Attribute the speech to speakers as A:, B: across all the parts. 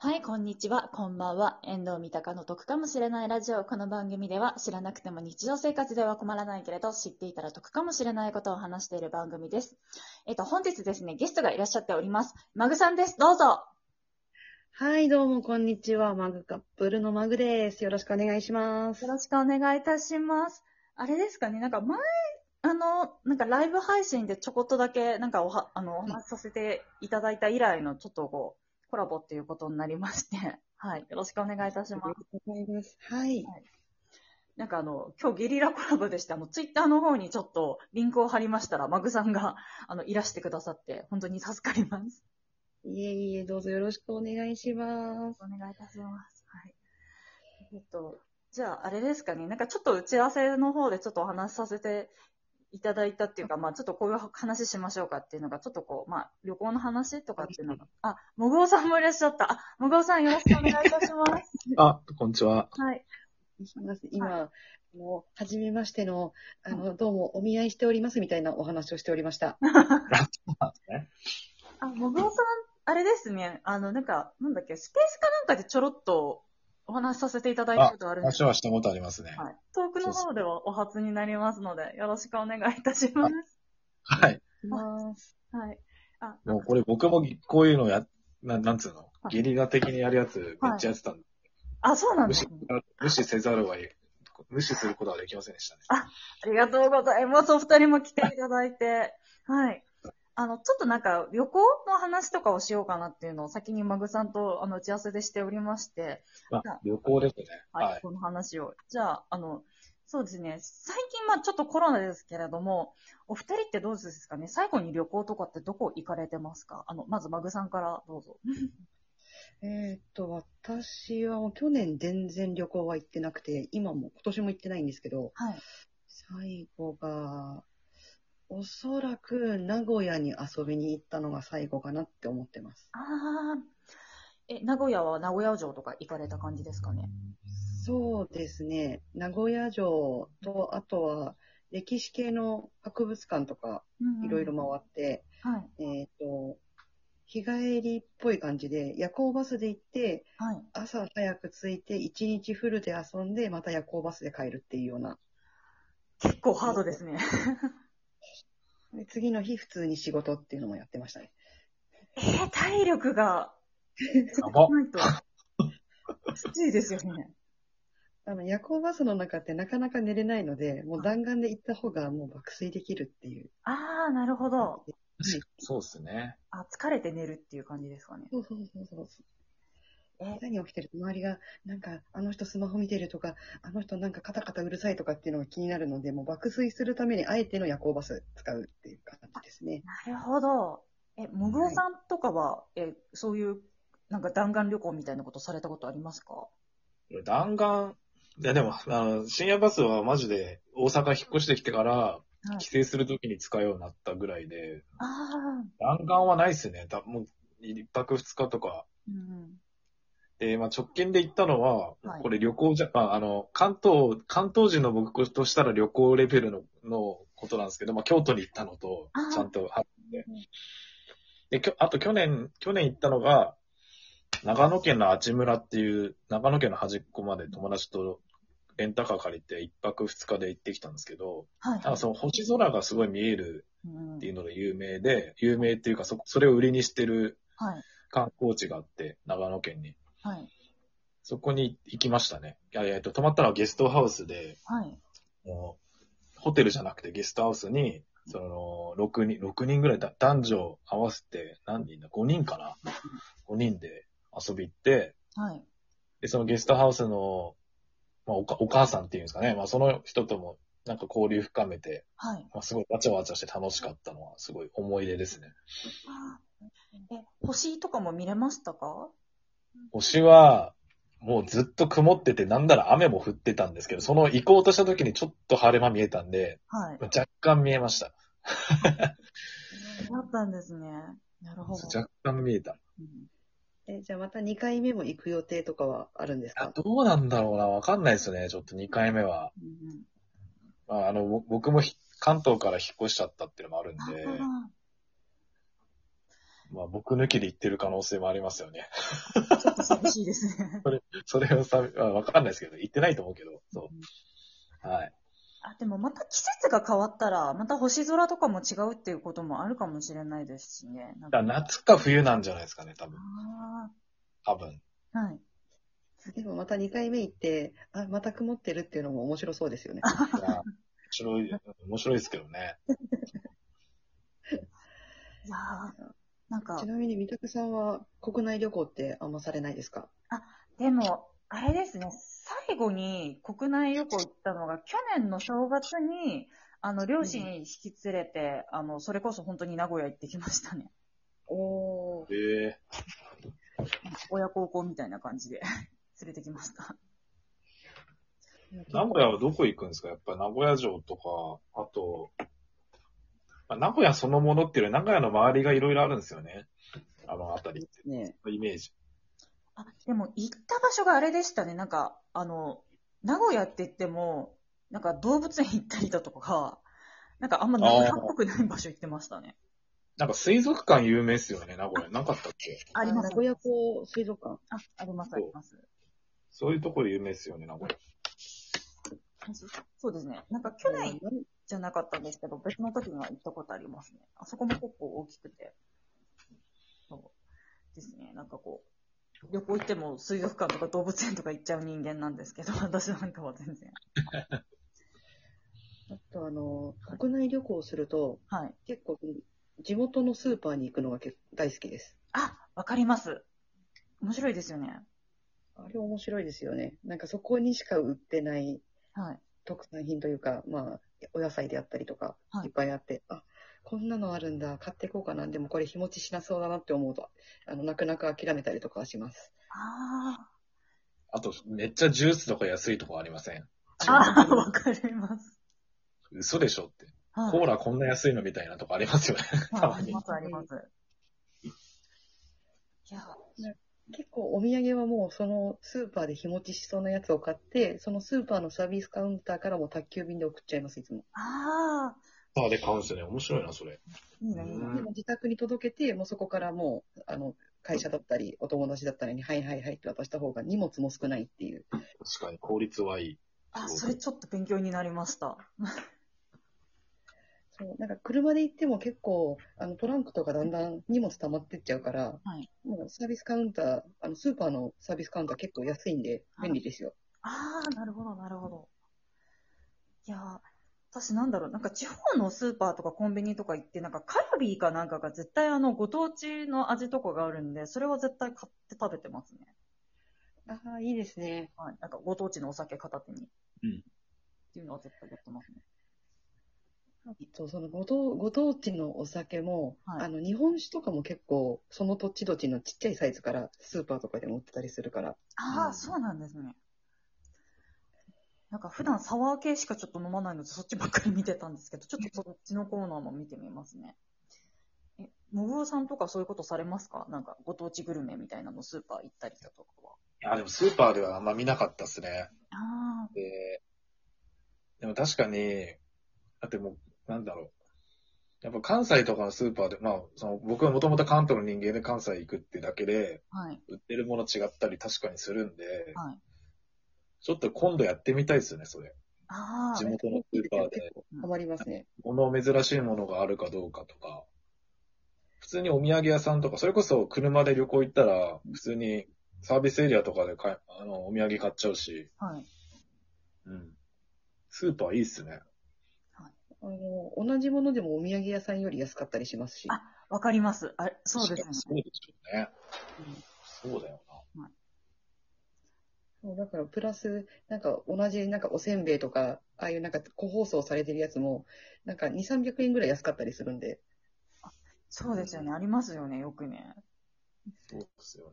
A: はい、こんにちは、こんばんは。遠藤三鷹の得かもしれないラジオ。この番組では知らなくても日常生活では困らないけれど、知っていたら得かもしれないことを話している番組です。えっと、本日ですね、ゲストがいらっしゃっております。マグさんです。どうぞ。
B: はい、どうもこんにちは。マグカップルのマグです。よろしくお願いします。
A: よろしくお願いいたします。あれですかね、なんか前、あの、なんかライブ配信でちょこっとだけ、なんかおは、あの、お話しさせていただいた以来の、ちょっとこう、コラボっていうことになりまして、はい、よろしくお願いいたします。あ
B: りがとうございます。はい。はい、
A: なんかあの、今日ゲリラコラボでして、あの、ツイッターの方にちょっとリンクを貼りましたら、マグさんが、 あの、いらしてくださって、本当に助かります。
B: いえいえ、どうぞよろしくお願いします。
A: お願いいたします。はい。えっと、じゃあ、あれですかね、なんかちょっと打ち合わせの方でちょっとお話しさせていただいたっていうか、まあ、ちょっとこういう話しましょうかっていうのが、ちょっとこう、まあ、旅行の話とかっていうのが、あ、もぐおさんもいらっしゃった。あ、もぐおさんよろしくお願いいたし ます。
C: あ、こんにち は。
A: はい。
B: 今、はい、もう、初めましての、あの、どうもお見合いしておりますみたいなお話をしておりました。
A: あ、もぐおさん、あれですね、あの、なんか、なんだっけ、スペースかなんかでちょろっと、お話しさせていただいたことあるんです
C: 話はしたことありますね。
A: はい。遠くの方ではお初になりますので、よろしくお願いいたします。
C: はい。
A: はい。
C: あもうこれ僕もこういうのや、ななんつうの、ゲリラ的にやるやつめっちゃやってたんで。
A: はい、あ、そうなんです
C: ね、無視せざるは無視することはできませんでしたね。
A: あ、ありがとうございます。お二人も来ていただいて。はい。あの、ちょっとなんか旅行の話とかをしようかなっていうのを先にマグさんとあの打ち合わせでしておりまして。
C: あ旅行ですね。
A: はい、はい、この話を。じゃあ、あの、そうですね。最近、まあちょっとコロナですけれども、お二人ってどうですかね最後に旅行とかってどこ行かれてますかあの、まずマグさんからどうぞ。
B: えっと、私はもう去年全然旅行は行ってなくて、今も今年も行ってないんですけど、
A: はい、
B: 最後が、おそらく名古屋に遊びに行ったのが最後かなって思ってます。
A: ああ。え、名古屋は名古屋城とか行かれた感じですかね
B: そうですね。名古屋城と、あとは歴史系の博物館とか、いろいろ回って、
A: はい、
B: えっ、と、日帰りっぽい感じで、夜行バスで行って、
A: はい、
B: 朝早く着いて、一日フルで遊んで、また夜行バスで帰るっていうような。
A: 結構ハードですね。
B: で次の日、普通に仕事っていうのもやってましたね。
A: えー、体力 が、
C: やば
A: ないと、きついですよね。
B: あの、夜行バスの中ってなかなか寝れないので、もう弾丸で行った方がもう爆睡できるっていう。
A: ああ、なるほど。はい、
C: そうですね。
A: あ、疲れて寝るっていう感じですかね。
B: そうそうそうそう。何起きてる周りが、なんか、あの人スマホ見てるとか、あの人なんかカタカタうるさいとかっていうのが気になるので、もう爆睡するためにあえての夜行バス使うっていう感じですね。
A: なるほど。え、もぐおさんとかは、はい、え、そういう、なんか弾丸旅行みたいなことされたことありますか
C: 弾丸、いやでも、あの、深夜バスはマジで大阪引っ越してきてから、帰省するときに使うようになったぐらいで、
A: あ
C: 弾丸はないっすね。だもう、一泊二日とか。
A: うん
C: で、まあ、直近で行ったのは、これ旅行じゃ、まあ、あの、関東、関東人の僕としたら旅行レベルののことなんですけど、まあ、京都に行ったのと、ちゃんとあって。で、きょあと去年、去年行ったのが、長野県の阿智村っていう、長野県の端っこまで友達とレンタカー借りて、一泊二日で行ってきたんですけど、
A: はい、
C: なんかその星空がすごい見えるっていうので有名で、有名っていうかそ、それを売りにしてる観光地があって、長野県に。
A: はい、
C: そこに行きましたね。いやいや、泊まったのはゲストハウスで、
A: はい、
C: もうホテルじゃなくてゲストハウスに、その、6人、6人ぐらいだ、男女合わせて何人だ ?5 人かな ?5 人で遊び行って、
A: はい、
C: で、そのゲストハウスの、まあおか、お母さんっていうんですかね、まあ、その人ともなんか交流深めて、
A: はい、
C: まあ、すごいわちゃわちゃして楽しかったのは、すごい思い出ですね。
A: え、星とかも見れましたか
C: 星は、もうずっと曇ってて、なんなら雨も降ってたんですけど、その行こうとした時にちょっと晴れ間見えたんで、
A: はい、
C: 若干見えました。
A: だったんですね。なるほど。
C: 若干見えた。
B: うん、えじゃあまた2回目も行く予定とかはあるんですか
C: どうなんだろうな。わかんないですね。ちょっと2回目は。うん、まあ、あの、僕も関東から引っ越しちゃったっていうのもあるんで。まあ僕抜きで行ってる可能性もありますよね。
A: ちょっと寂しいですね。
C: それはさ、まあわかんないですけど、行ってないと思うけど、そう。はい。
A: あでもまた季節が変わったら、また星空とかも違うっていうこともあるかもしれないですしね。なんか
C: だから夏か冬なんじゃないですかね、多分。
A: あ
C: 多分。
A: あ、はい。
B: でもまた2回目行って、あ、また曇ってるっていうのも面白そうですよね。
C: いや面白い、面白いですけどね。
A: いやーなんか
B: ち、なみに三宅さんは国内旅行ってあんまされないですか
A: でも、あれですね、最後に国内旅行行ったのが、去年の正月に、あの、両親に引き連れて、あの、それこそ本当に名古屋行ってきましたね。
B: おー。
C: ええ
A: 親孝行みたいな感じで 連れてきました。
C: 名古屋はどこ行くんですかやっぱ名古屋城とか、あと、まあ、名古屋そのものっていうより名古屋の周りがいろいろあるんですよね。あの辺りって。
B: ね
C: イメージ。
A: あ、でも行った場所があれでしたね。なんか、あの、名古屋って言っても、なんか動物園行ったりだとか、なんかあんま名古屋っぽくない場所行ってましたね。
C: なんか水族館有名ですよね、名古屋。なかったっけ
A: あります
B: 名。古屋港水族館。
A: あ、あります、あります。
C: そういうところ有名ですよね、名古屋。
A: そうですね。なんか去年じゃなかったんですけど、別の時には行ったことありますね。あそこも結構大きくて。そうですね。なんかこう、旅行行っても水族館とか動物園とか行っちゃう人間なんですけど、私なんかは全然。
B: あとあの、国内旅行をすると、
A: はい。
B: 結構、地元のスーパーに行くのが結構大好きです。
A: あ、わかります。面白いですよね。
B: あれ面白いですよね。なんかそこにしか売ってない
A: はい。
B: 特産品というか、まあ、お野菜であったりとか
A: は、い
B: いっぱいあって、あ、こんなのあるんだ、買っていこうかな。でもこれ日持ちしなそうだなって思うと、あの、泣く泣く諦めたりとかはします。
A: あ
C: あと、めっちゃジュースとか安いとこありません
A: あ。ああ、わかります。
C: 嘘でしょって。
A: はい
C: コーラこんな安いのみたいなとこありますよね。
A: はいあります、あります。いや、
B: 結構お土産はもうそのスーパーで日持ちしそうなやつを買って、そのスーパーのサービスカウンターからも宅急便で送っちゃいます、いつも。
A: ああ、
C: あで買うんですよね。面白いな、それ。
A: いいね、いいね。
B: でも自宅に届けて、もうそこからもう、あの、会社だったり、お友達だったりに、はいはいはいって渡した方が荷物も少ないっていう。
C: 確かに効率はいい。
A: あ、それちょっと勉強になりました。
B: そう、なんか車で行っても結構、あの、トランクとかだんだん荷物溜まってっちゃうから、
A: はい
B: もうサービスカウンター、あの、スーパーのサービスカウンター結構安いんで、便利ですよ。
A: ああ、なるほど、なるほど。いやー、私なんだろう、なんか地方のスーパーとかコンビニとか行って、なんかカルビーかなんかが絶対あの、ご当地の味とかがあるんで、それは絶対買って食べてますね。
B: ああ、いいですね。
A: はい。なんかご当地のお酒片手に。
C: うん
A: っていうのは絶対やってますね。
B: そう、そのご当、ご当地のお酒も、
A: はい
B: あの、日本酒とかも結構、その土地土地のちっちゃいサイズから、スーパーとかでも売ってたりするから、
A: ああ、
C: うん
A: そうなんですね。なんか普段サワー系しかちょっと飲まないので、そっちばっかり見てたんですけど、ちょっとそっちのコーナーも見てみますね。え、もぐおさんとかそういうことされますかなんかご当地グルメみたいなのスーパー行ったりだとかは。
C: あ、でもスーパーではあんま見なかったですね。
A: あ
C: で、でも確かに、だってもう、なんだろう。やっぱ関西とかのスーパーで、まあ、その僕はもともと関東の人間で関西行くってだけで、
A: あ、はい。
C: 売ってるもの違ったり確かにするんで、
A: はい
C: ちょっと今度やってみたいですよね、それ。
A: ああ
C: 地、元のスーパーで
B: 結構ハマりますね。
C: 物珍しいものがあるかどうかとか、普通にお土産屋さんとか、それこそ車で旅行行ったら、普通にサービスエリアとかで買いあのお土産買っちゃうし、
A: はい。
C: うん。スーパーいいっすね。
B: あの、同じものでもお土産屋さんより安かったりしますし。
A: あわかります。あれ、そうですよ
C: そう
A: ね。
C: でしょうね。そうだよ
B: そうだから、プラス、なんか同じ、なんかおせんべいとか、ああいうなんか個包装されてるやつも、なんか2、300円ぐらい安かったりするんで、
A: そうですよね。ありますよね、よくね。
C: な。そうですよね。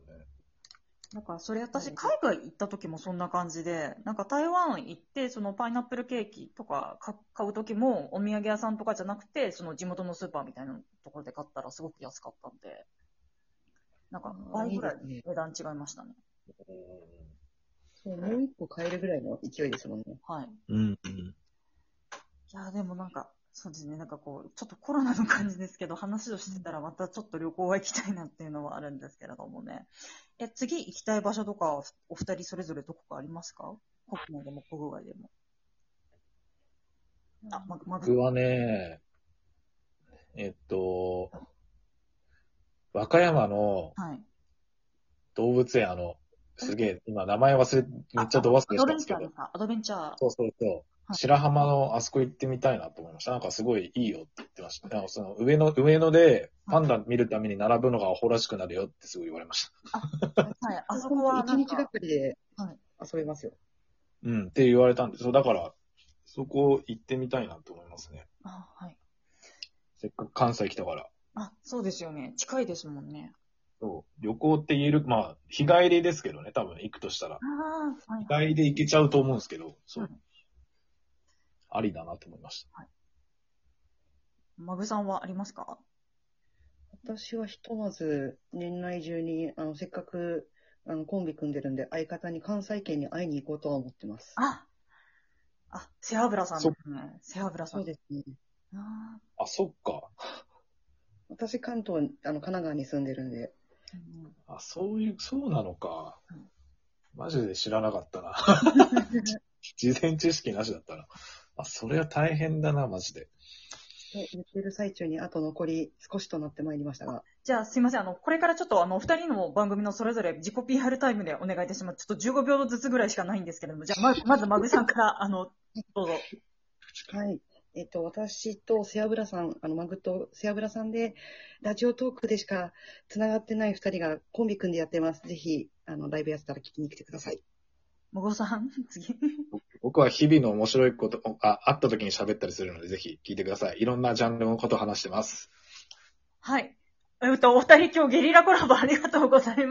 A: なんか、それ私、
B: はい
A: 海外行った時もそんな感じで、なんか台湾行って、そのパイナップルケーキとかか買う時も、お土産屋さんとかじゃなくて、その地元のスーパーみたいなところで買ったらすごく安かったんで、なんか
B: あー
A: 倍ぐらい
B: いいです
A: 値
B: ね
A: 段違いましたね。
B: そうもう1個買えるぐらいの勢いですもんね。
A: はい。
C: うん。
A: いや、でもなんか、そうですね、なんかこう、ちょっとコロナの感じですけど、話をしてたらまたちょっと旅行は行きたいなっていうのはあるんですけれどもね。え、次行きたい場所とか、お二人それぞれどこかありますか国内でも国外でも。あ、ま、ま
C: 僕はね、えっと、和歌山の
A: はい。
C: 動物園、あの、すげえ、今名前忘れ、めっちゃど忘れ
A: ア
C: した
A: ド
C: ん
A: ベ
C: で
A: ン
C: す
A: チ
C: け
A: ャーで
C: ど
A: す。かアドベンチャー。
C: そうそうそう。白浜のあそこ行ってみたいなと思いました。なんかすごいいいよって言ってました。なんかその上野、上野でパンダ見るために並ぶのがアホらしくなるよってすごい言われました。
A: はい、あそこはな
B: 一
A: ん
B: 日
A: か、
B: がかりで
A: はい
B: 遊べますよ。
C: うん、って言われたんで、そう、だから、そこ行ってみたいなと思いますね。
A: あ、はい。
C: せっかく関西来たから。
A: あ、そうですよね。近いですもんね。
C: そう、旅行って言える、まあ、日帰りですけどね、多分行くとしたら。
A: ああ、はい。。
C: 日帰りで行けちゃうと思うんですけど、そううんありだなと思いました。
A: マグさんはありますか
B: 私はひとまず年内中に、あの、せっかく、あの、コンビ組んでるんで、相方に関西圏に会いに行こうとは思ってます。
A: ああ、背脂さんですね。背脂さ。
B: そうんですね。
A: あ
C: あ、そっか。
B: 私、関東、あの、神奈川に住んでるんで、
A: ーうん
C: あ、そういう、そうなのか
A: うん。
C: マジで知らなかったな。事前知識なしだったな。あ、それは大変だな、マジで。
B: と言ってる最中に、あと残り少しとなってまいりましたが、
A: じゃあ、すいません。あの、これからちょっと、あの、お二人の番組のそれぞれ自己 PR タイムでお願いいたします。ちょっと15秒ずつぐらいしかないんですけれども、じゃあ、まず、まず、マグさんから、あの、どうぞ。
B: はい。えっと、私と背脂さん、あの、マグと背脂さんで、ラジオトークでしか繋がってない二人がコンビ組んでやってます。ぜひ、あの、ライブやってたら聞きに来てください。
A: もごさん、次。
C: 僕は日々の面白いこと、あ、会った時に喋ったりするので、ぜひ聞いてください。いろんなジャンルのことを話してます。
A: はい。えっと、お二人今日ゲリラコラボありがとうございます。